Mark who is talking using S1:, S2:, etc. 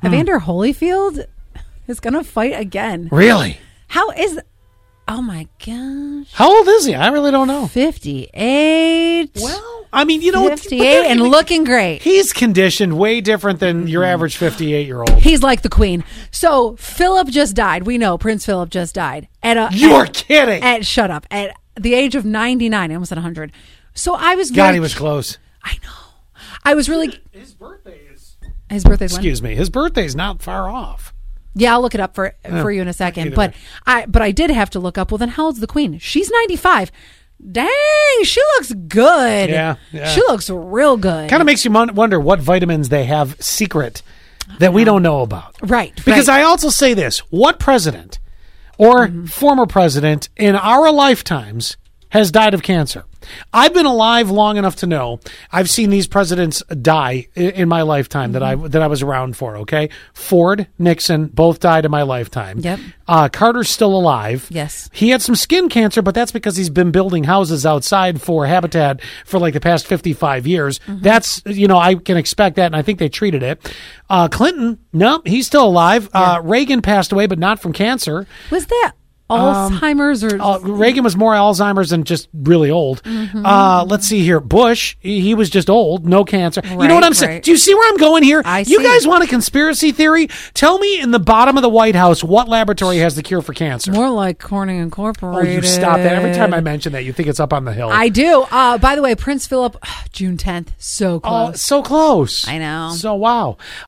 S1: Hmm.
S2: Evander Holyfield is going to fight again.
S1: Really?
S2: How is. Oh my gosh.
S1: How old is he? I really don't know.
S2: 58.
S1: Oh. Well, I mean, you know, but
S2: 58 and
S1: they're-
S2: looking great.
S1: He's conditioned way different than your average 58 year old.
S2: He's like the queen. So Philip just died. We know Prince Philip just died. At a,
S1: You're
S2: at,
S1: kidding.
S2: at- shut up. At the age of 99, I almost said 100. So I was
S1: God,
S2: very
S1: he was close.
S2: I know. I was really
S1: His birthday is.
S2: his birthday's when?
S1: Excuse me. His birthday's not far off.
S2: Yeah, I'll look it up for for you in a second.
S1: either
S2: But
S1: way.
S2: I but I did have to look up. Well, then how old's the queen? She's ninety five. Dang, she looks good.
S1: Yeah, yeah.
S2: she looks real good.
S1: Kind of makes you mon- wonder what vitamins they have secret that we don't know about.
S2: right
S1: Because
S2: right.
S1: I also say this what president or former president in our lifetimes has died of cancer? I've been alive long enough to know I've seen these presidents die i- in my lifetime that I that I was around for. Okay, Ford, Nixon, both died in my lifetime.
S2: Yep.
S1: Uh, Carter's still alive.
S2: Yes.
S1: He had some skin cancer, but that's because he's been building houses outside for Habitat for like the past 55 years.
S2: Mm-hmm.
S1: That's, you know, I can expect that, and I think they treated it. Uh, Clinton, no, he's still alive. Uh, Reagan passed away, but not from cancer.
S2: was that Alzheimer's or
S1: Uh, Reagan was more Alzheimer's and just really old.
S2: Mm-hmm.
S1: Uh, let's see here. Bush, he, he was just old, no cancer. you know
S2: Right,
S1: what I'm saying?
S2: right.
S1: Do you see where I'm going here?
S2: I
S1: you
S2: see.
S1: guys want a conspiracy theory? Tell me in the bottom of the White House what laboratory has the cure for cancer.
S2: more like Corning
S1: Oh,
S2: Incorporated?
S1: you stop that. Every time I mention that, you think it's up on the hill.
S2: I do. Uh, by the way, Prince Philip, June tenth, so
S1: oh,
S2: close.
S1: so close.
S2: I know.
S1: So wow.